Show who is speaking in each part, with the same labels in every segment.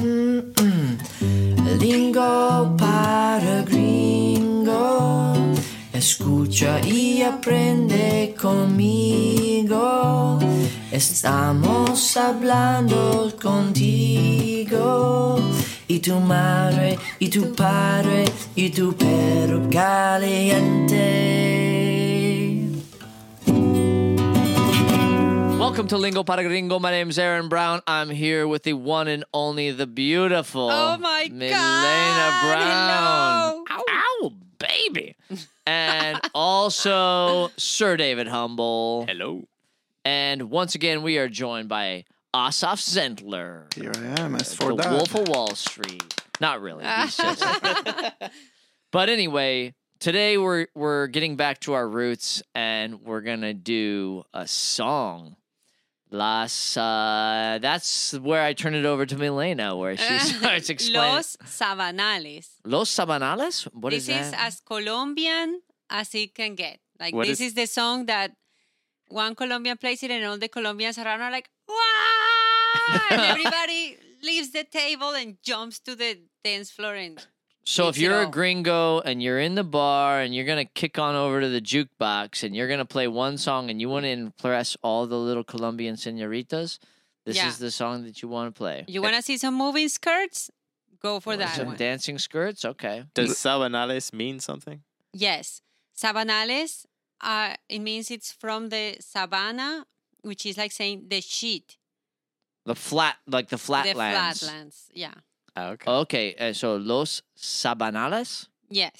Speaker 1: Mm, mm. Lingo para gringo, escucha y aprende conmigo. Estamos hablando contigo y tu madre y tu padre y tu perro caliente.
Speaker 2: Welcome to Lingo Para Gringo. My name's Aaron Brown. I'm here with the one and only, the beautiful.
Speaker 3: Oh my
Speaker 2: Milena
Speaker 3: God.
Speaker 2: Brown.
Speaker 3: Hello.
Speaker 2: Ow. baby. and also Sir David Humble.
Speaker 4: Hello.
Speaker 2: And once again, we are joined by Asaf Zentler,
Speaker 4: Here I am. As for
Speaker 2: Uh, the
Speaker 4: that,
Speaker 2: Wolf of Wall Street. Not really. He's just But anyway, today we're we're getting back to our roots and we're gonna do a song. Las uh, that's where I turn it over to Milena where she starts explaining Los,
Speaker 3: Los sabanales.
Speaker 2: Sabanales? What is
Speaker 3: this is
Speaker 2: that?
Speaker 3: as Colombian as it can get. Like
Speaker 4: What
Speaker 3: this is
Speaker 4: is-
Speaker 3: the song that one Colombian plays it and all the Colombians around are like, wow! and everybody leaves the table and jumps to the dance floor and
Speaker 2: so if
Speaker 3: it's, you
Speaker 2: you're a
Speaker 3: know-
Speaker 2: gringo and you're in the bar and you're gonna kick on over to the jukebox and you're gonna play one song and you wanna impress all the little Colombian senoritas, this
Speaker 3: Yeah.
Speaker 2: is the song that you wanna play.
Speaker 3: you want to see some moving skirts? Go for that
Speaker 2: Some
Speaker 3: one.
Speaker 2: dancing skirts? Okay.
Speaker 4: does Sabanales mean something?
Speaker 3: Yes. Sabanales, uh, it means it's from the sabana, which is like saying the sheet,
Speaker 2: The flat like the flatlands.
Speaker 3: the flatlands. Yeah.
Speaker 4: Ah, okay.
Speaker 2: Okay, uh, so Los Sabanales.
Speaker 3: Yes.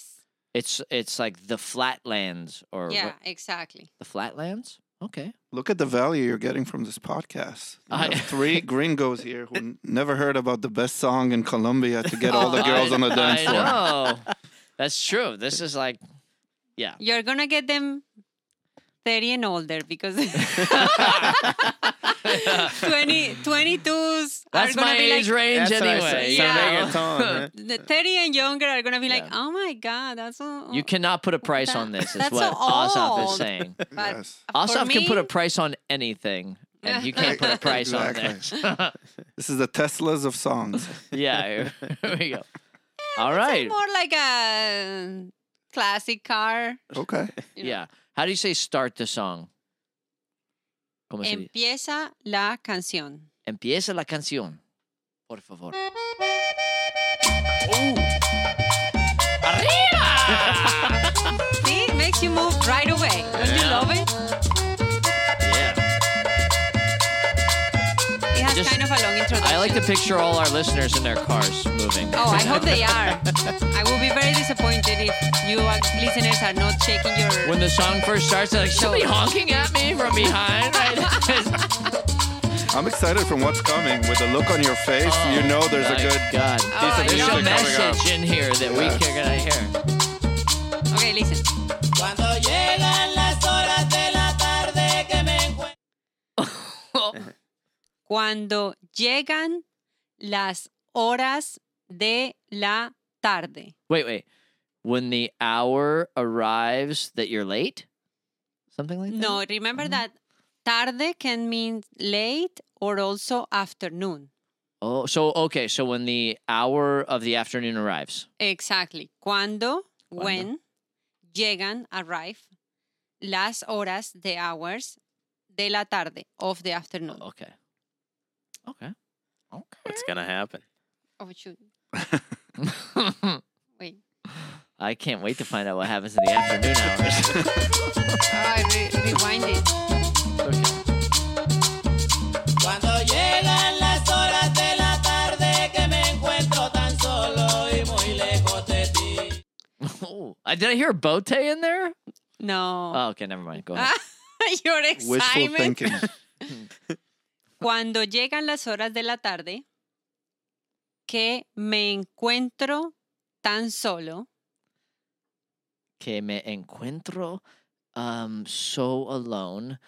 Speaker 2: It's it's like the flatlands or what-
Speaker 3: yeah, exactly.
Speaker 2: the flatlands. Okay,
Speaker 5: Look at the value you're getting from this podcast. You
Speaker 2: I-
Speaker 5: have three gringos here who n- never heard about the best song in Colombia to get all the
Speaker 3: Oh,
Speaker 5: girls
Speaker 2: I-
Speaker 5: on the dance
Speaker 2: I
Speaker 5: floor.
Speaker 2: know. That's true. This is like
Speaker 3: You're gonna get them 30 and older because 20, 22s are
Speaker 2: that's
Speaker 3: gonna
Speaker 2: my
Speaker 3: be
Speaker 2: age
Speaker 3: like
Speaker 2: range
Speaker 4: That's what I said.
Speaker 2: anyway.
Speaker 4: Some
Speaker 3: Yeah.
Speaker 4: reggaeton, right?
Speaker 3: the 30 and younger are gonna be like,
Speaker 2: Yeah.
Speaker 3: oh my god, that's all.
Speaker 2: You cannot put a price
Speaker 3: That-
Speaker 2: on this. Is
Speaker 3: that's so
Speaker 2: what Asaf is
Speaker 3: old.
Speaker 2: saying.
Speaker 3: But
Speaker 5: Yes.
Speaker 3: uh, for
Speaker 2: Asaf can put
Speaker 3: me-
Speaker 2: a price on anything, and you can't put a price on this.
Speaker 5: This is the Teslas of songs.
Speaker 2: yeah, here we go. All
Speaker 3: Eh, It's
Speaker 2: right.
Speaker 3: more like a classic car.
Speaker 5: Okay.
Speaker 3: you know.
Speaker 2: Yeah. How do you say start the song? ¿Cómo se dice?
Speaker 3: Empieza la canción.
Speaker 2: Empieza la canción, por favor.
Speaker 3: Oh. See, it makes you move right away. Don't you
Speaker 2: Yeah.
Speaker 3: love it?
Speaker 2: Yeah.
Speaker 3: It has
Speaker 2: Just-
Speaker 3: kind of a long introduction.
Speaker 2: I like to picture all our listeners in their cars moving.
Speaker 3: Oh, I hope they are. I will be very disappointed if you uh, listeners are not shaking your.
Speaker 2: When the song first starts, they're like, somebody honking at me from behind, right?
Speaker 5: I'm excited from what's coming. With the look on your face, you
Speaker 2: Oh,
Speaker 5: know there's a
Speaker 2: My
Speaker 5: good.
Speaker 2: God. Oh,
Speaker 3: I
Speaker 2: There's
Speaker 3: know.
Speaker 2: a message in here that we are gonna hear.
Speaker 3: Okay, listen.
Speaker 6: Cuando llegan las horas de la tarde que me encuentro.
Speaker 3: Cuando llegan las horas de la tarde.
Speaker 2: Wait, wait. When the hour arrives that you're late? Something like that?
Speaker 3: No, remember that tarde can mean late or also afternoon.
Speaker 2: Oh, so, okay. So when the hour of the afternoon arrives.
Speaker 3: Exactly. Cuando,
Speaker 2: Cuando.
Speaker 3: when, llegan, arrive, las horas, the hours, de la tarde, of the afternoon.
Speaker 2: Okay. Okay. Okay.
Speaker 4: What's gonna happen?
Speaker 3: Oh, shoot. Wait.
Speaker 2: I can't wait to find out what happens in the afternoon hours.
Speaker 3: I re- rewind it.
Speaker 6: Cuando llegan las horas de la tarde que me encuentro tan solo y muy lejos de ti.
Speaker 2: Oh, I- did I hear a bote in there?
Speaker 3: No.
Speaker 2: Oh, okay, never mind. Go
Speaker 3: ah.
Speaker 2: ahead.
Speaker 3: Your
Speaker 5: Wishful
Speaker 3: excitement.
Speaker 5: thinking.
Speaker 3: Cuando llegan las horas de la tarde, que me encuentro tan solo.
Speaker 2: Que me encuentro um so alone.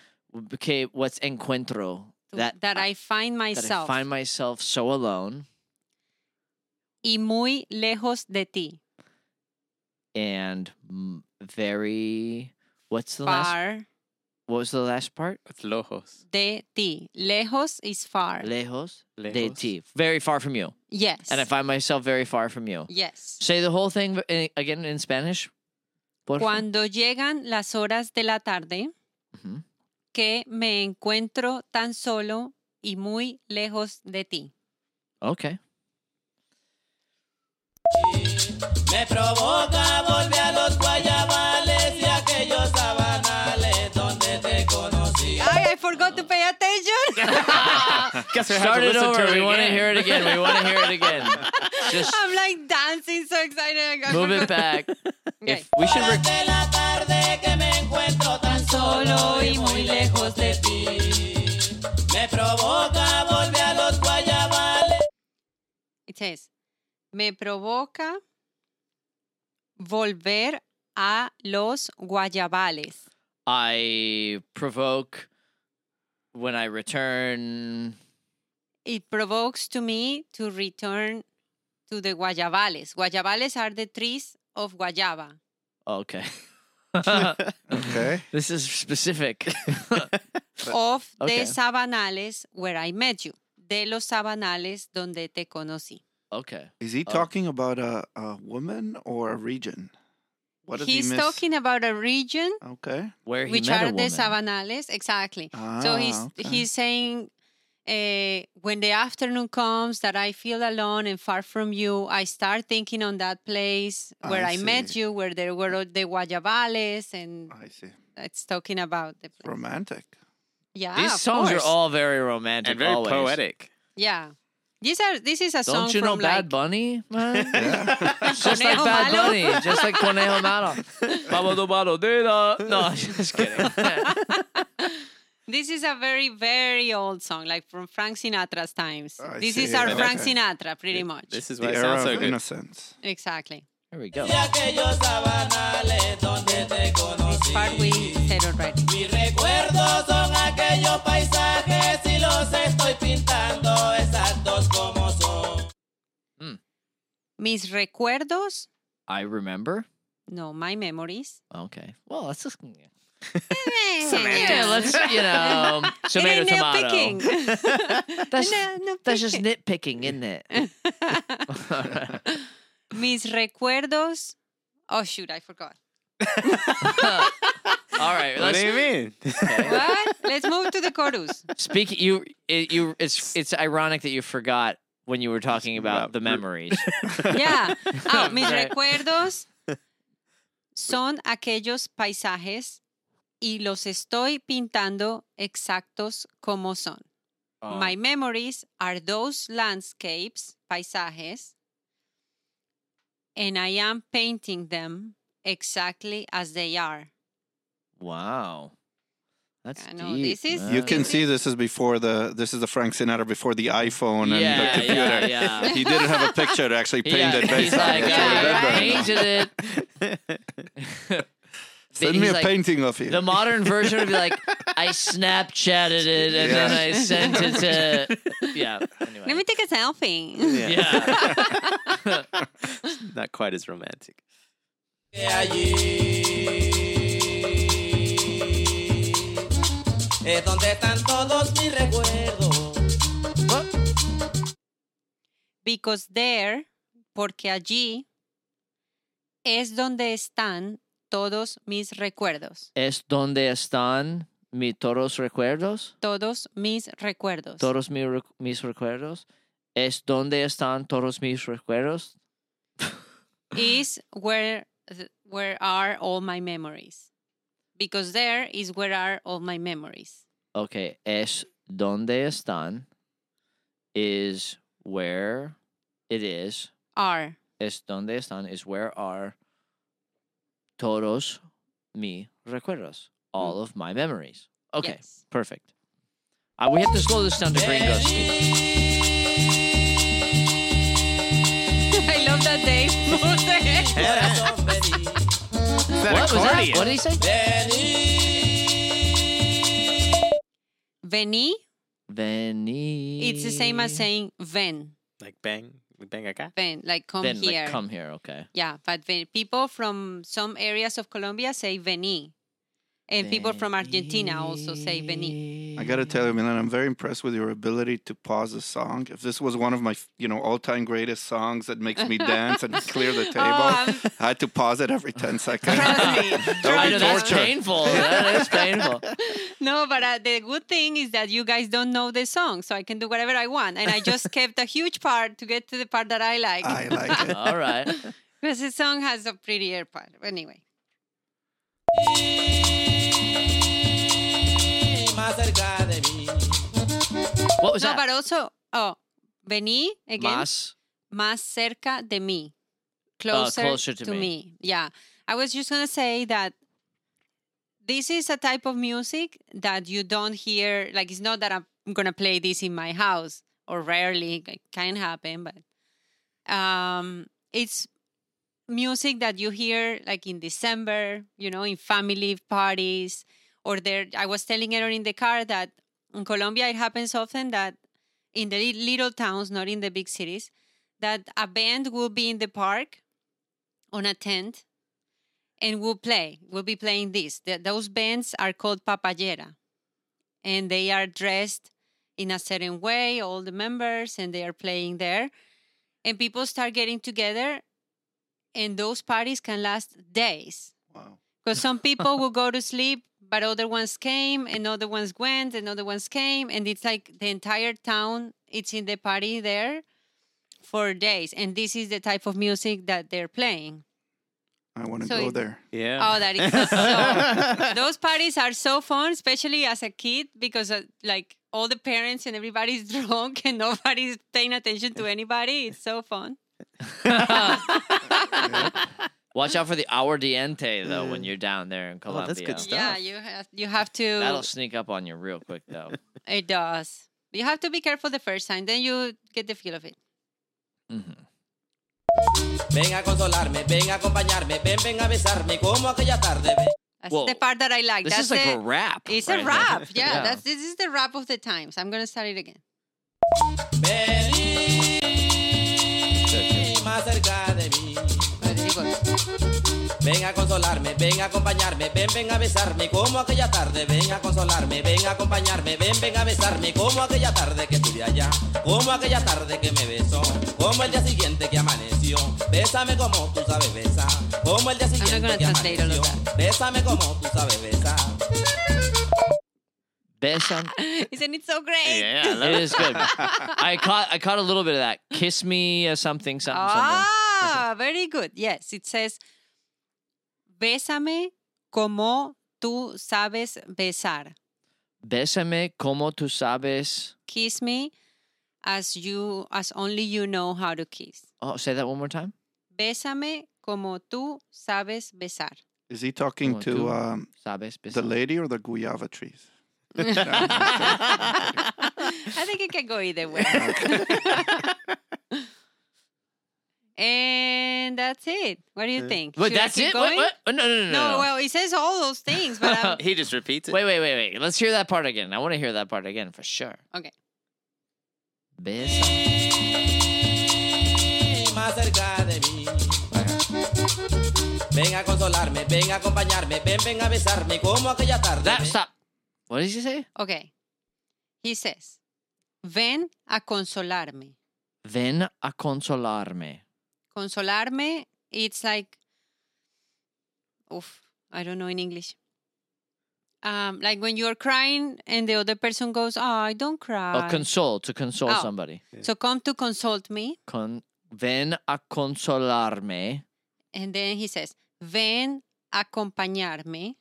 Speaker 2: Okay, what's encuentro?
Speaker 3: That, I find
Speaker 2: that I
Speaker 3: myself
Speaker 2: find myself so alone
Speaker 3: y muy lejos de ti,
Speaker 2: and m- very. What's the last?
Speaker 3: far
Speaker 2: What was the last part?
Speaker 4: It's lojos.
Speaker 3: De ti. Lejos is far.
Speaker 2: Lejos, de
Speaker 4: Lejos.
Speaker 2: ti. Very far from you.
Speaker 3: yes.
Speaker 2: And I find myself very far from you.
Speaker 3: yes.
Speaker 2: Say the whole thing v- in- again in Spanish. Por fa-
Speaker 3: Cuando llegan las horas de la tarde,
Speaker 2: Ujú.
Speaker 3: que me encuentro tan solo y muy lejos de ti.
Speaker 2: Okay.
Speaker 6: Me provoca volver a los guayabales y aquellos sabanales donde te conocí.
Speaker 3: Ay, I forgot to pay attention.
Speaker 4: Guess we have to
Speaker 2: Start it
Speaker 4: listen
Speaker 2: over. we
Speaker 4: it
Speaker 2: want to
Speaker 4: again.
Speaker 2: hear it again. We want to hear it again. Just
Speaker 3: I'm like dancing, so excited. I
Speaker 2: move it
Speaker 3: forgot.
Speaker 2: back.
Speaker 3: Okay.
Speaker 2: If we should. Rec-
Speaker 6: De la tarde que me encuentro tan solo y muy lejos de ti. Me provoca volver a los guayabales.
Speaker 3: It says, me provoca volver a los guayabales.
Speaker 2: I provoke when I return.
Speaker 3: It provokes to me to return to the guayabales. Guayabales are the trees of guayaba.
Speaker 2: Okay.
Speaker 5: Okay.
Speaker 2: This is specific.
Speaker 3: of
Speaker 2: okay.
Speaker 3: de sabanales where I met you. De los sabanales donde te conocí.
Speaker 2: okay.
Speaker 5: Is he
Speaker 2: Oh.
Speaker 5: talking about a, a woman or a region? What did
Speaker 3: He's
Speaker 5: he miss?
Speaker 3: talking about a region
Speaker 5: Okay.
Speaker 2: Where he
Speaker 3: which
Speaker 2: met
Speaker 3: are
Speaker 2: a
Speaker 3: the
Speaker 2: woman.
Speaker 3: sabanales exactly so
Speaker 5: Ah,
Speaker 3: he's
Speaker 5: okay.
Speaker 3: he's saying uh, when the afternoon comes that i feel alone and far from you i start thinking on that place where i,
Speaker 5: I
Speaker 3: met
Speaker 5: see.
Speaker 3: you where there were all the guayabales and
Speaker 5: I see.
Speaker 3: it's talking about the place.
Speaker 5: Romantic.
Speaker 3: yeah
Speaker 2: These
Speaker 3: of
Speaker 2: songs are
Speaker 3: course.
Speaker 2: all very romantic.
Speaker 4: And very
Speaker 2: always.
Speaker 4: poetic.
Speaker 3: yeah these are this is a song
Speaker 2: Don't you
Speaker 3: from
Speaker 2: know Bad
Speaker 3: like
Speaker 2: Bunny, man?
Speaker 5: Yeah.
Speaker 2: just like
Speaker 3: Conejo
Speaker 2: Bad
Speaker 3: Malo.
Speaker 2: Bunny, just like Conejo Malo. Baba do Malo de da. No, just kidding.
Speaker 3: this is a very very old song like from frank sinatra's times
Speaker 5: I
Speaker 3: this
Speaker 5: see,
Speaker 3: is our
Speaker 5: yeah,
Speaker 3: frank
Speaker 5: okay.
Speaker 3: sinatra pretty much
Speaker 4: This is
Speaker 5: the
Speaker 4: why it
Speaker 5: era
Speaker 4: sounds
Speaker 5: of
Speaker 4: so good.
Speaker 5: innocence.
Speaker 3: exactly
Speaker 2: There we go.
Speaker 6: De aquellos sabanales donde te
Speaker 3: this
Speaker 6: conocí.
Speaker 3: part we said already
Speaker 6: Mis recuerdos son aquellos paisajes y los estoy pintando exactos como son.
Speaker 2: Hmm.
Speaker 3: Mis recuerdos,
Speaker 2: I remember.
Speaker 3: no, my memories. Eh,
Speaker 2: Okay. Well, let's just. Yeah,
Speaker 3: yeah,
Speaker 2: let's you know um, tomato tomato. That's that's just nitpicking, isn't it?
Speaker 3: Mis recuerdos. Oh shoot, I forgot.
Speaker 2: All right.
Speaker 4: What do
Speaker 2: Let's
Speaker 4: you mean?
Speaker 3: What? Let's move to the chorus.
Speaker 2: speak. You it, you it's it's ironic that you forgot when you were talking about
Speaker 4: About
Speaker 2: the
Speaker 4: re-
Speaker 2: memories.
Speaker 3: Yeah. Ah, mis
Speaker 2: Right.
Speaker 3: recuerdos son aquellos paisajes y los estoy pintando exactos como son.
Speaker 2: Oh,
Speaker 3: My memories are those landscapes, paisajes, and I am painting them exactly as they are.
Speaker 2: wow. That's
Speaker 3: I know,
Speaker 2: deep,
Speaker 3: this is-
Speaker 5: You
Speaker 2: man.
Speaker 5: can
Speaker 3: This
Speaker 5: see
Speaker 3: is-
Speaker 5: this is before the this is the Frank Sinatra before the iPhone and
Speaker 2: yeah,
Speaker 5: the computer.
Speaker 2: yeah, yeah.
Speaker 5: He didn't have a picture to actually paint
Speaker 2: yeah,
Speaker 5: it
Speaker 2: he's
Speaker 5: based on.
Speaker 2: like, "Ah,
Speaker 5: That's
Speaker 3: yeah,
Speaker 5: what
Speaker 2: I
Speaker 5: it is,
Speaker 3: right.
Speaker 5: but-
Speaker 2: painted it.
Speaker 5: Send
Speaker 2: He's
Speaker 5: me a
Speaker 2: like,
Speaker 5: painting of you.
Speaker 2: The modern version would be like, I Snapchatted it and then
Speaker 5: Yeah.
Speaker 2: I sent it to. Yeah. Anyway.
Speaker 3: Let me take a selfie.
Speaker 2: yeah.
Speaker 4: Not quite as romantic.
Speaker 6: De allí es donde están todos mis recuerdos.
Speaker 3: Because there, porque allí, es donde están todos mis recuerdos.
Speaker 2: es donde están mis todos recuerdos.
Speaker 3: Todos mis recuerdos.
Speaker 2: Todos mi rec- mis recuerdos. Es donde están todos mis recuerdos.
Speaker 3: is where th- where are all my memories. Because there is where are all my memories.
Speaker 2: Okay. Es donde están is where it is.
Speaker 3: Are
Speaker 2: es donde están, is where are todos mi recuerdos, all of my memories. Okay,
Speaker 3: Yes.
Speaker 2: perfect. Uh, we have to slow this down to gringos.
Speaker 3: I love that day.
Speaker 6: Corazón, vení.
Speaker 4: Is that
Speaker 2: What was that?
Speaker 4: accordion?
Speaker 2: What did he say?
Speaker 3: Vení,
Speaker 2: Veni.
Speaker 3: it's the same as saying ven,
Speaker 4: Like bang, bang acá.
Speaker 3: ven, like come
Speaker 2: Ven,
Speaker 3: here.
Speaker 2: Like, come here, okay.
Speaker 3: Yeah, but ven, people from some areas of Colombia say vení. And people from Argentina also say vení.
Speaker 5: I gotta tell you, Milan, I'm very impressed with your ability to pause a song. If this was one of my, you know, all-time greatest songs that makes me dance and clear
Speaker 2: Oh,
Speaker 5: the table,
Speaker 3: I'm-
Speaker 5: I had to pause it every ten seconds.
Speaker 3: Trust me.
Speaker 5: That
Speaker 2: I
Speaker 5: would be
Speaker 2: know that's
Speaker 5: torture.
Speaker 2: painful. That is painful.
Speaker 3: No, but uh, the good thing is that you guys don't know the song, so I can do whatever I want. And I just kept a huge part to get to the part that I like.
Speaker 5: I like it.
Speaker 2: All right.
Speaker 3: Because the song has a prettier part. Anyway.
Speaker 6: Y más cerca de mí.
Speaker 2: What was
Speaker 3: no,
Speaker 2: that?
Speaker 3: but also, oh, vení again.
Speaker 2: Mas.
Speaker 3: más cerca de mí. Closer,
Speaker 2: Ah, closer to
Speaker 3: to
Speaker 2: me.
Speaker 3: me. Yeah. I was just going to say that this is a type of music that you don't hear. Like, it's not that I'm going to play this in my house, or rarely. It can happen, but um, it's music that you hear like in December, you know, in family parties. Or there, I was telling Aaron in the car that in Colombia it happens often that in the li- little towns, not in the big cities, that a band will be in the park on a tent and will play. Will be playing this. Th- those bands are called papayera, and they are dressed in a certain way, all the members, and they are playing there. And people start getting together, and those parties can last days
Speaker 5: Wow.
Speaker 3: because some people will go to sleep but other ones came and other ones went and other ones came and it's like the entire town it's in the party there for days and this is the type of music that they're playing
Speaker 5: I want to
Speaker 3: So
Speaker 5: go
Speaker 3: it-
Speaker 5: there.
Speaker 4: Yeah.
Speaker 3: oh that is so those parties are so fun especially as a kid because uh, like all the parents and everybody's drunk and nobody's paying attention to anybody it's so fun
Speaker 2: Watch out for the aguardiente though when you're down there in
Speaker 4: Oh,
Speaker 2: Colombia.
Speaker 4: that's good stuff.
Speaker 3: yeah you have, you have to
Speaker 2: That'll sneak up on you real quick though.
Speaker 3: It does. You have to be careful the first time, then you get the feel of it.
Speaker 6: Mm-hmm. Ven a consolarme, ven a acompañarme, ven, ven a besarme como aquella tarde. ven.
Speaker 3: That's
Speaker 2: Whoa.
Speaker 3: the part that I like.
Speaker 2: This
Speaker 3: That's
Speaker 2: is like
Speaker 3: the,
Speaker 2: a rap.
Speaker 3: It's
Speaker 2: right
Speaker 3: a
Speaker 2: now.
Speaker 3: rap. Yeah,
Speaker 2: Yeah.
Speaker 3: That's this is the rap of the times. I'm gonna start it again.
Speaker 6: Vení más cerca de mí.
Speaker 3: But it goes.
Speaker 6: Ven a consolarme, ven a acompañarme, ven, ven a besarme como aquella tarde. Ven a consolarme, ven a acompañarme, ven, ven a besarme como aquella tarde que estuve allá. Como aquella tarde que me besó, como el día siguiente que amaneció. Bésame como tú sabes besar, como el día siguiente
Speaker 3: gonna
Speaker 6: que
Speaker 3: translate all of
Speaker 6: amaneció. Bésame como tú sabes besar.
Speaker 2: Besan.
Speaker 3: Isn't it so great?
Speaker 2: Yeah, it is good. I caught I caught a little bit of that. Kiss me uh, something something something.
Speaker 3: Ah, very good. Yes, it says, "Bésame como tú sabes besar.
Speaker 2: Bésame como tú sabes.
Speaker 3: Kiss me as you as only you know how to kiss.
Speaker 2: Oh, say that one more time.
Speaker 3: Bésame como tú sabes besar."
Speaker 5: Is he talking
Speaker 2: One, two.
Speaker 5: to um,
Speaker 2: Sabes
Speaker 5: the
Speaker 2: besar.
Speaker 5: lady or the guava trees?
Speaker 3: I think it can go either way. and that's it. What do you think?
Speaker 2: Wait,
Speaker 3: Should I
Speaker 2: that's
Speaker 3: keep
Speaker 2: it? Wait,
Speaker 3: going?
Speaker 2: what? Oh, No, no, no,
Speaker 3: No,
Speaker 2: no.
Speaker 3: well, it says all those things, but um, I'm,
Speaker 4: He just repeats it.
Speaker 2: Wait, wait, wait, wait. Let's hear that part again. I want to hear that part again for sure.
Speaker 3: okay.
Speaker 2: Bésame.
Speaker 6: más cerca de mí. Ven a consolarme, ven a acompañarme, ven, ven a besarme como aquella tarde.
Speaker 2: That
Speaker 6: Ven.
Speaker 2: stop. What did you say?
Speaker 3: Okay. He says, "Ven a consolarme."
Speaker 2: Ven a consolarme.
Speaker 3: Consolarme, it's like oof, I don't know in English. Um, like when you're crying and the other person goes, "Oh, I don't cry."
Speaker 2: Oh, console to console
Speaker 3: Oh.
Speaker 2: somebody.
Speaker 3: so come to consult me.
Speaker 2: Con ven a consolarme.
Speaker 3: And then he says, Ven acompañarme.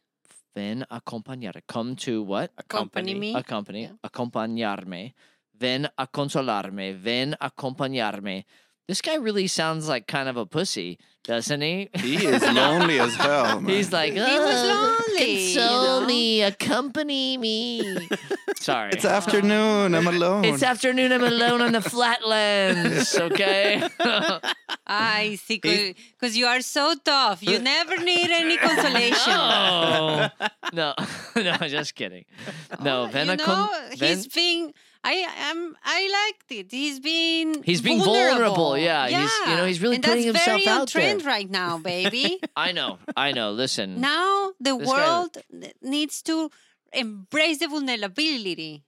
Speaker 2: Ven a acompañar. Come to what?
Speaker 3: Accompany me.
Speaker 2: Accompany.
Speaker 3: Yeah.
Speaker 2: Acompañarme. Ven a consolarme. Ven a acompañarme. This guy really sounds like kind of a pussy, doesn't he?
Speaker 5: He is lonely as hell. Man.
Speaker 2: He's like,
Speaker 3: He was
Speaker 2: "Uh,
Speaker 3: lonely. you
Speaker 2: Console
Speaker 3: know?
Speaker 2: me, accompany me. Sorry.
Speaker 5: it's afternoon. I'm alone.
Speaker 2: It's afternoon. I'm alone on the flatlands. Okay.
Speaker 3: I see. Because you are so tough. You never need any consolation.
Speaker 2: no, no, no. Just kidding. No,
Speaker 3: Oh,
Speaker 2: ven
Speaker 3: you
Speaker 2: a con-
Speaker 3: know,
Speaker 2: ven-
Speaker 3: he's being I am. I liked it. He's being
Speaker 2: He's being vulnerable, yeah. He's- you know, he's really
Speaker 3: and
Speaker 2: putting
Speaker 3: that's
Speaker 2: himself
Speaker 3: very on
Speaker 2: out there.
Speaker 3: trend right now, baby.
Speaker 2: I know, I know. Listen,
Speaker 3: now the
Speaker 2: This guy-
Speaker 3: world needs to embrace the vulnerability.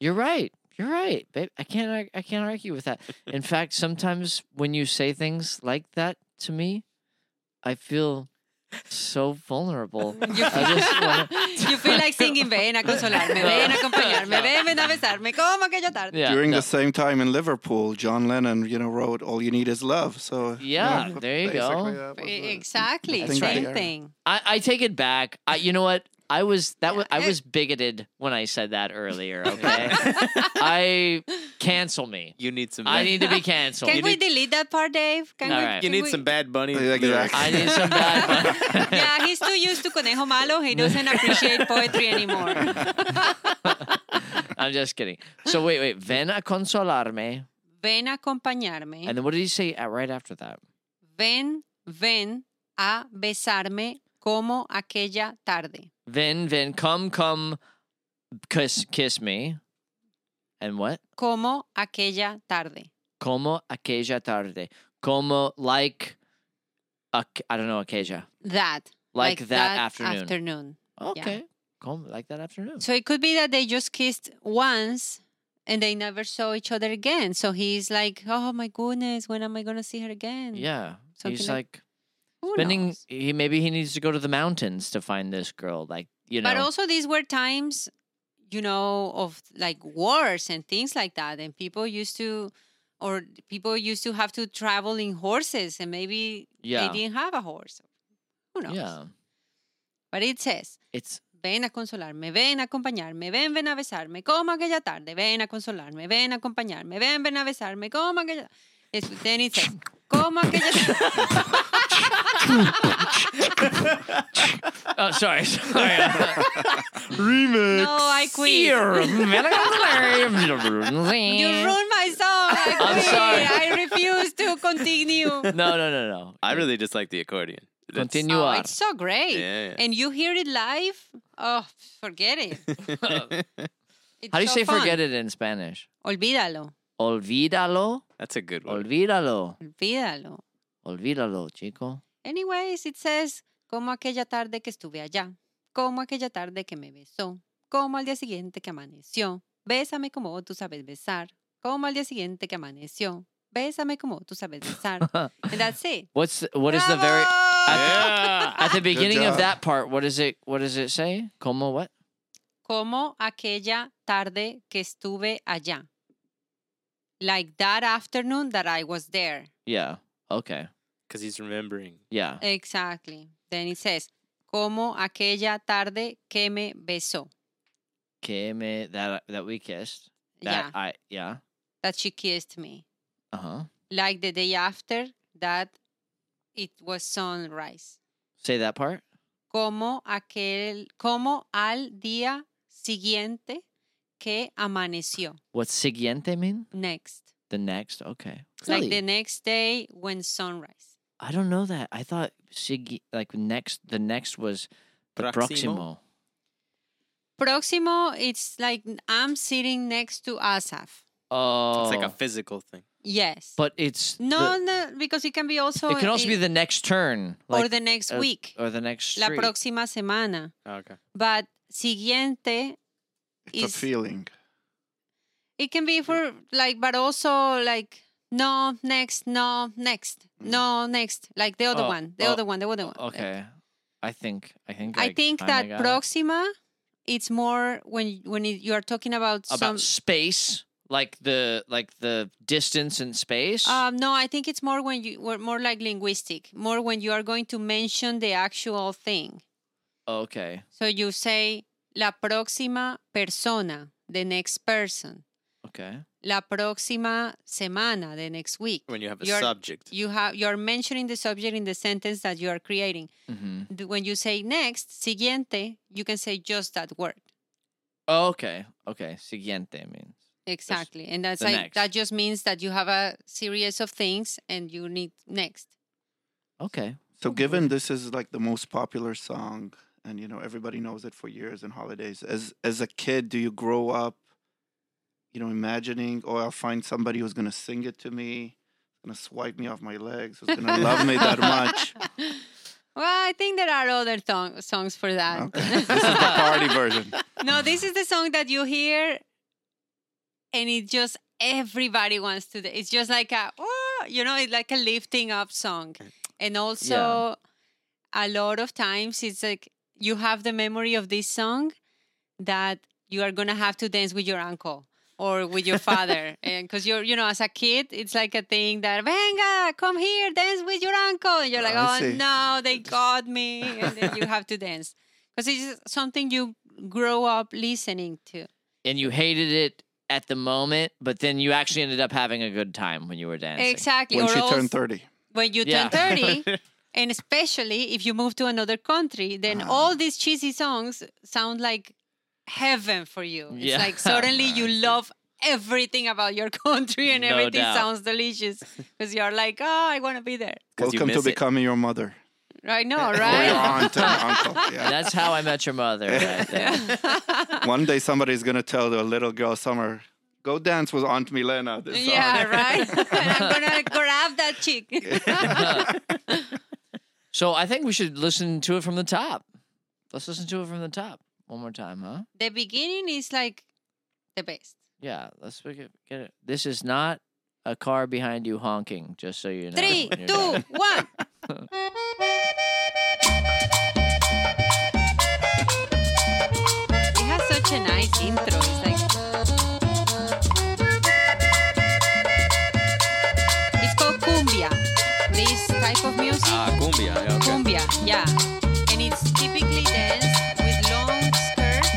Speaker 2: You're right. You're right, babe. I can't. ar- I can't argue with that. In fact, sometimes when you say things like that to me, I feel so vulnerable.
Speaker 3: You
Speaker 2: I just wanna-
Speaker 3: feel, you feel like singing, ven a consolarme, ven a acompañarme, ven, ven a besarme, como aquella tarde.
Speaker 2: yeah,
Speaker 5: During
Speaker 2: no.
Speaker 5: the same time in Liverpool, John Lennon, you know, wrote "All You Need Is Love." So you
Speaker 2: Yeah,
Speaker 5: know,
Speaker 2: there you
Speaker 5: basically
Speaker 2: go.
Speaker 5: that was
Speaker 3: E-
Speaker 5: it.
Speaker 3: Exactly,
Speaker 5: That's
Speaker 3: same
Speaker 5: right.
Speaker 3: thing.
Speaker 2: I, I take it back. I, you know what? I was that
Speaker 3: Yeah,
Speaker 2: was I
Speaker 3: it-
Speaker 2: was bigoted when I said that earlier. Okay, I cancel me.
Speaker 4: You need some.
Speaker 2: I
Speaker 4: bad-
Speaker 2: need to be canceled.
Speaker 3: Can
Speaker 4: You
Speaker 3: we
Speaker 4: need-
Speaker 3: delete that part, Dave? Can
Speaker 2: All
Speaker 3: we,
Speaker 2: right.
Speaker 4: You
Speaker 3: can
Speaker 4: need
Speaker 3: we-
Speaker 4: some bad bunny.
Speaker 5: Yeah, exactly.
Speaker 4: lyrics.
Speaker 2: I need some bad.
Speaker 3: Yeah, he's too used to conejo malo. He doesn't appreciate poetry anymore.
Speaker 2: I'm just kidding. So wait, wait. Ven a consolarme,
Speaker 3: Ven a acompañarme.
Speaker 2: and then what did he say uh, right after that?
Speaker 3: Ven, ven a besarme como aquella tarde.
Speaker 2: Vin, Vin, come, come, kiss, kiss me. And what?
Speaker 3: Como aquella tarde.
Speaker 2: Como aquella tarde. Como like, ac- I don't know, aquella.
Speaker 3: That.
Speaker 2: Like, that, afternoon.
Speaker 3: afternoon.
Speaker 2: okay. Como like that afternoon.
Speaker 3: So it could be that they just kissed once and they never saw each other again. So he's like, oh my goodness, when am I going to see her again?
Speaker 2: yeah.
Speaker 3: something
Speaker 2: He's
Speaker 3: like-
Speaker 2: like,
Speaker 3: Who
Speaker 2: spending,
Speaker 3: knows?
Speaker 2: he, maybe he needs to go to the mountains to find this girl. Like, you know.
Speaker 3: But also, these were times, you know, of like wars and things like that. And people used to, or people used to have to travel in horses and maybe
Speaker 2: Yeah.
Speaker 3: they didn't have a horse. Who knows?
Speaker 2: yeah.
Speaker 3: But it says,
Speaker 2: It's,
Speaker 3: ven a consolarme, ven a acompañarme, ven, ven a besarme, como aquella tarde, ven a consolarme, ven a acompañarme, ven, ven a besarme, como aquella... It's, then it says, como aquella tarde.
Speaker 2: oh, sorry. sorry.
Speaker 5: Remix.
Speaker 3: No, I quit.
Speaker 2: you
Speaker 3: You
Speaker 2: Eh.
Speaker 3: ruined my song. I
Speaker 2: I'm
Speaker 3: quit.
Speaker 2: sorry.
Speaker 3: I refuse to continue.
Speaker 2: No, no, no, no.
Speaker 4: I really just like the accordion. That's-
Speaker 2: Continue
Speaker 3: Oh,
Speaker 2: on.
Speaker 3: It's so great.
Speaker 4: Yeah, yeah.
Speaker 3: And you hear it live. Oh, forget it. It's
Speaker 2: How do you
Speaker 3: so
Speaker 2: say
Speaker 3: fun.
Speaker 2: forget it in Spanish?
Speaker 3: Olvídalo.
Speaker 2: Olvídalo.
Speaker 4: That's a good one.
Speaker 2: Olvídalo.
Speaker 3: Olvídalo.
Speaker 2: Olvídalo, chico.
Speaker 3: Anyways, it says, como aquella tarde que estuve allá, como aquella tarde que me besó, como al día siguiente que amaneció, bésame como tú sabes besar, como al día siguiente que amaneció, bésame como tú sabes besar. And that's it.
Speaker 2: What's the, what is the very
Speaker 4: Yeah.
Speaker 2: at the beginning of
Speaker 5: job.
Speaker 2: that part? What is it? What does it say? Como what?
Speaker 3: como aquella tarde que estuve allá. Like that afternoon that I was there.
Speaker 2: Yeah. Okay.
Speaker 4: Because he's remembering.
Speaker 2: Yeah.
Speaker 3: Exactly. Then it says, como aquella tarde que me besó.
Speaker 2: Que me that that we kissed.
Speaker 3: yeah,
Speaker 2: That I yeah.
Speaker 3: that she kissed me.
Speaker 2: Uh huh.
Speaker 3: Like the day after that it was sunrise.
Speaker 2: Say that part.
Speaker 3: Como aquel, como al día siguiente que amaneció.
Speaker 2: What's siguiente mean?
Speaker 3: Next.
Speaker 2: The next. Okay.
Speaker 3: Like the next day when sunrise.
Speaker 2: I don't know that. I thought sig like next. The next was the
Speaker 4: Próximo.
Speaker 2: próximo.
Speaker 3: Proximo, it's like n- I'm sitting next to Asaf.
Speaker 2: Oh.
Speaker 4: It's like a physical thing.
Speaker 3: Yes.
Speaker 2: but it's
Speaker 3: no,
Speaker 2: the-
Speaker 3: no, because it can be also.
Speaker 2: it can also
Speaker 3: i-
Speaker 2: be the next turn. Like,
Speaker 3: or the next
Speaker 2: uh,
Speaker 3: week,
Speaker 2: or the next
Speaker 3: la
Speaker 2: street.
Speaker 3: próxima semana.
Speaker 4: Okay.
Speaker 3: But siguiente,
Speaker 5: It's
Speaker 3: is-
Speaker 5: a feeling.
Speaker 3: it can be for like, but also like no next, no next, no next, like the other
Speaker 2: Mm. Oh,
Speaker 3: one, the
Speaker 2: oh,
Speaker 3: other one, the other one. like-
Speaker 2: Okay, I think I think
Speaker 3: I think
Speaker 2: kinda
Speaker 3: that
Speaker 2: got it.
Speaker 3: proxima, it's more when when it, you are talking about,
Speaker 2: about
Speaker 3: some.
Speaker 2: space, like the like the distance in space.
Speaker 3: Um, no, I think it's more when you were more like linguistic, more when you are going to mention the actual thing.
Speaker 2: okay,
Speaker 3: So you say la próxima persona, the next person,
Speaker 2: okay,
Speaker 3: la próxima semana, the next week.
Speaker 4: When you have a
Speaker 3: You're-
Speaker 4: subject.
Speaker 3: You have you're mentioning the subject in the sentence that you are creating.
Speaker 2: hmm
Speaker 3: D- When you say next, siguiente, you can say just that word.
Speaker 2: okay, okay. Siguiente means
Speaker 3: Exactly. And that's
Speaker 2: the
Speaker 3: like
Speaker 2: next.
Speaker 3: that just means that you have a series of things and you need next.
Speaker 2: okay.
Speaker 5: So, given this is like the most popular song, and you know everybody knows it for years and holidays. As as a kid, do you grow up, you know, imagining, oh, I'll find somebody who's gonna sing it to me, gonna swipe me off my legs, who's gonna love me that much.
Speaker 3: Well, I think there are other thong- songs for that.
Speaker 5: Okay. this is the party version.
Speaker 3: No, this is the song that you hear, and it just everybody wants to. It's just like a, "Oh," you know, it's like a lifting up song, and also a lot of times it's like you have the memory of this song that you are gonna have to dance with your uncle or with your father, and because you're, you know, as a kid, it's like a thing that venga, come here, dance with your uncle, and you're like,
Speaker 5: I
Speaker 3: oh
Speaker 5: see.
Speaker 3: no, they got me, and then you have to dance because it's something you grow up listening to.
Speaker 2: and you hated it at the moment, but then you actually ended up having a good time when you were dancing.
Speaker 3: Exactly.
Speaker 5: When
Speaker 3: or
Speaker 5: she
Speaker 3: else
Speaker 5: turned 30.
Speaker 3: when you
Speaker 2: Yeah.
Speaker 3: turn 30, and especially if you move to another country, then
Speaker 2: Ah.
Speaker 3: all these cheesy songs sound like heaven for you.
Speaker 2: Yeah.
Speaker 3: It's like suddenly you love everything about your country and
Speaker 2: No
Speaker 3: everything
Speaker 2: doubt.
Speaker 3: sounds delicious because you're like, oh, I want to be there.
Speaker 4: 'Cause you
Speaker 5: Welcome to
Speaker 4: miss it.
Speaker 5: becoming your mother.
Speaker 3: I know,
Speaker 5: Or your
Speaker 3: right?
Speaker 5: aunt and uncle.
Speaker 2: And
Speaker 5: Yeah.
Speaker 2: That's how I met your mother. Right there.
Speaker 5: One day somebody's gonna tell the little girl somewhere, go dance with Aunt Milena. This song."
Speaker 3: yeah, right. and I'm gonna grab that chick.
Speaker 2: so I think we should listen to it from the top. Let's listen to it from the top one more time, huh?
Speaker 3: the beginning is like the best.
Speaker 2: Yeah, let's pick it- get it. This is not a car behind you honking, just so you know.
Speaker 3: Three,
Speaker 2: when you're
Speaker 3: two,
Speaker 2: done.
Speaker 3: one. It has such a nice intro. It's like it's called cumbia. This type of music,
Speaker 4: Ah, cumbia. Yeah, okay.
Speaker 3: cumbia, yeah. And it's typically danced with long skirts,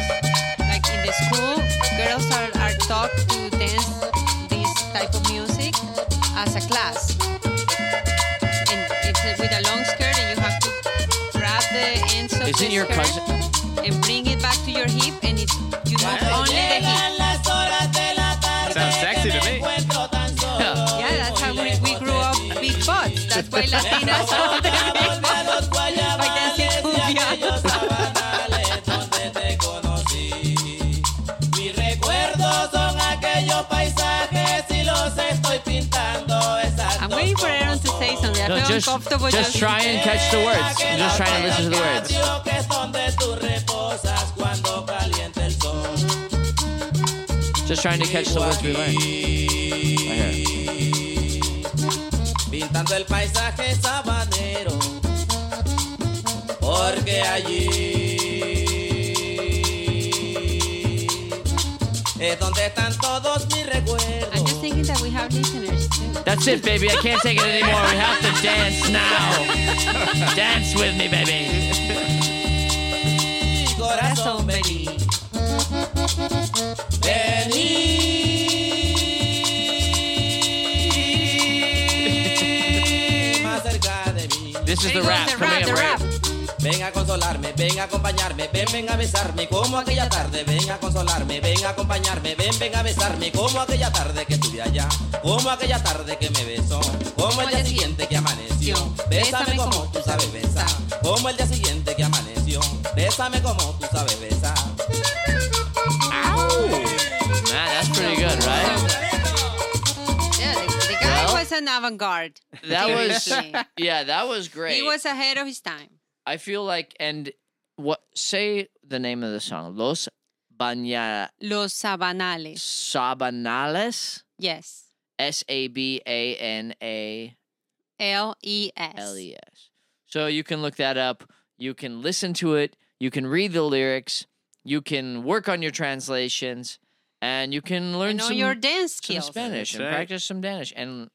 Speaker 3: like in the school. Girls are, are taught to dance this type of music as a class. And it's uh, with a long skirt, and you have to grab the ends of
Speaker 2: Is
Speaker 3: the
Speaker 2: it your
Speaker 3: skirt
Speaker 2: cousin?
Speaker 3: and bring it back to your hip, and it's you move only the hip.
Speaker 6: Llegan las horas de la tarde
Speaker 4: Sounds sexy
Speaker 6: que
Speaker 4: to
Speaker 6: me
Speaker 4: me.
Speaker 6: encuentro tan solo.
Speaker 3: Yeah, that's how we, we grew up big butts. That's why Latinas are the big
Speaker 6: Volver
Speaker 3: butts.
Speaker 6: los guayabales
Speaker 3: dancing
Speaker 6: y
Speaker 3: cumbia.
Speaker 6: aquellos sabanales donde te conocí. Mis recuerdos son aquellos paisajes y los estoy pintando exactos
Speaker 3: I'm waiting for
Speaker 6: como
Speaker 3: Aaron to say something. I
Speaker 2: No,
Speaker 3: feel uncomfortable
Speaker 2: just, just try and catch the words. I'm just trying to listen to the words.
Speaker 6: Patio que es donde tú reposas cuando calienta el sol.
Speaker 2: Just trying to catch the words we learned. Right here.
Speaker 6: pintando el paisaje sabanero, porque allí es donde están todos mis
Speaker 3: I'm just
Speaker 6: recuerdos.
Speaker 3: thinking that we have listeners too.
Speaker 2: That's it, baby. I can't take it anymore. We have to dance now. dance with me, baby.
Speaker 6: Mi corazón, vení, vení más cerca de mí.
Speaker 2: This is
Speaker 3: There
Speaker 2: the
Speaker 3: goes
Speaker 2: rap
Speaker 3: the
Speaker 2: coming
Speaker 3: rap,
Speaker 2: up
Speaker 3: the
Speaker 2: right.
Speaker 3: rap.
Speaker 6: Ven a consolarme, ven a acompañarme, ven, ven a besarme como aquella tarde. Ven a consolarme, ven a acompañarme, ven, ven a besarme como aquella tarde que estuve allá. Como aquella tarde que me besó, como el día siguiente que amaneció. Bésame como tú sabes besar, como el día siguiente que amaneció. Bésame como tú sabes besar.
Speaker 2: Man, that's pretty good, right?
Speaker 3: Yeah, the, the guy
Speaker 2: Well-
Speaker 3: was an avant-garde.
Speaker 2: That was
Speaker 3: Seriously.
Speaker 2: yeah, that was great.
Speaker 3: He was ahead of his time.
Speaker 2: I feel like and what say the name of the song? Los Baña
Speaker 3: Los Sabanales.
Speaker 2: Sabanales?
Speaker 3: Yes.
Speaker 2: S A B A N A
Speaker 3: L E
Speaker 2: L
Speaker 3: S.
Speaker 2: E S. So you can look that up. You can listen to it. You can read the lyrics. You can work on your translations, and you can learn
Speaker 3: And all
Speaker 2: some
Speaker 3: your dance
Speaker 2: some
Speaker 3: skills.
Speaker 2: Spanish
Speaker 4: That's
Speaker 2: and
Speaker 4: right.
Speaker 2: practice some Danish. And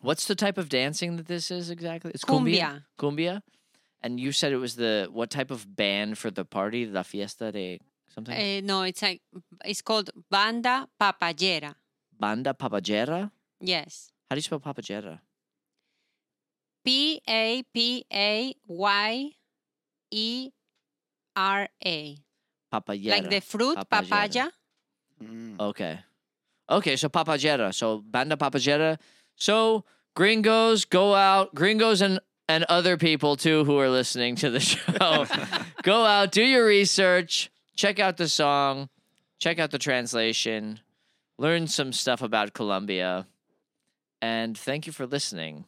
Speaker 2: what's the type of dancing that this is exactly? It's
Speaker 3: Cumbia.
Speaker 2: cumbia. Cumbia. And you said it was the what type of band for the party? La fiesta de something?
Speaker 3: Uh, no, it's like it's called banda papayera.
Speaker 2: Banda papagera.
Speaker 3: Yes.
Speaker 2: How do you spell papagera?
Speaker 3: P A P A Y E R A.
Speaker 2: Papagera.
Speaker 3: Like the fruit
Speaker 2: Papayera.
Speaker 3: papaya.
Speaker 5: Mm.
Speaker 2: Okay. Okay, so papagera. So banda papagera. So gringos go out, gringos and and other people too who are listening to the show. go out, do your research, check out the song, check out the translation, learned some stuff about Colombia. And thank you for listening.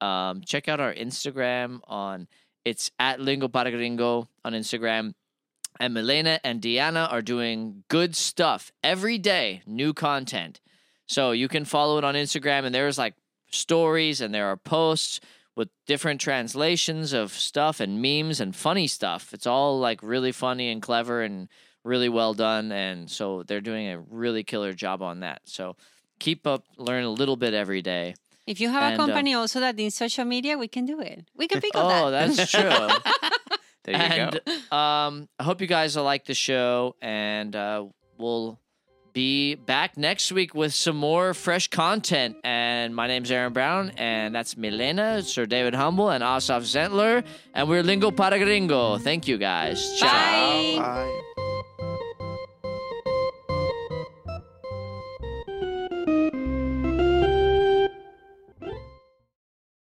Speaker 2: Um, check out our Instagram on it's at Lingo para Gringo on Instagram. And Milena and Diana are doing good stuff every day, new content. So you can follow it on Instagram, and there's like stories and there are posts with different translations of stuff and memes and funny stuff. It's all like really funny and clever and really well done. And so they're doing a really killer job on that. So keep up, learn a little bit every day.
Speaker 3: If you have
Speaker 2: And,
Speaker 3: a
Speaker 2: uh,
Speaker 3: company also that in social media, we can do it. We can pick on
Speaker 2: Oh,
Speaker 3: that.
Speaker 2: that's true.
Speaker 4: There you go.
Speaker 2: and, Um, I hope you guys will like the show, and uh, we'll be back next week with some more fresh content. And my name's Aaron Brown, and that's Milena, Sir David Humble, and Asaf Zentler, and we're Lingo para Gringo. Thank you guys. Ciao.
Speaker 3: Bye.
Speaker 5: Bye.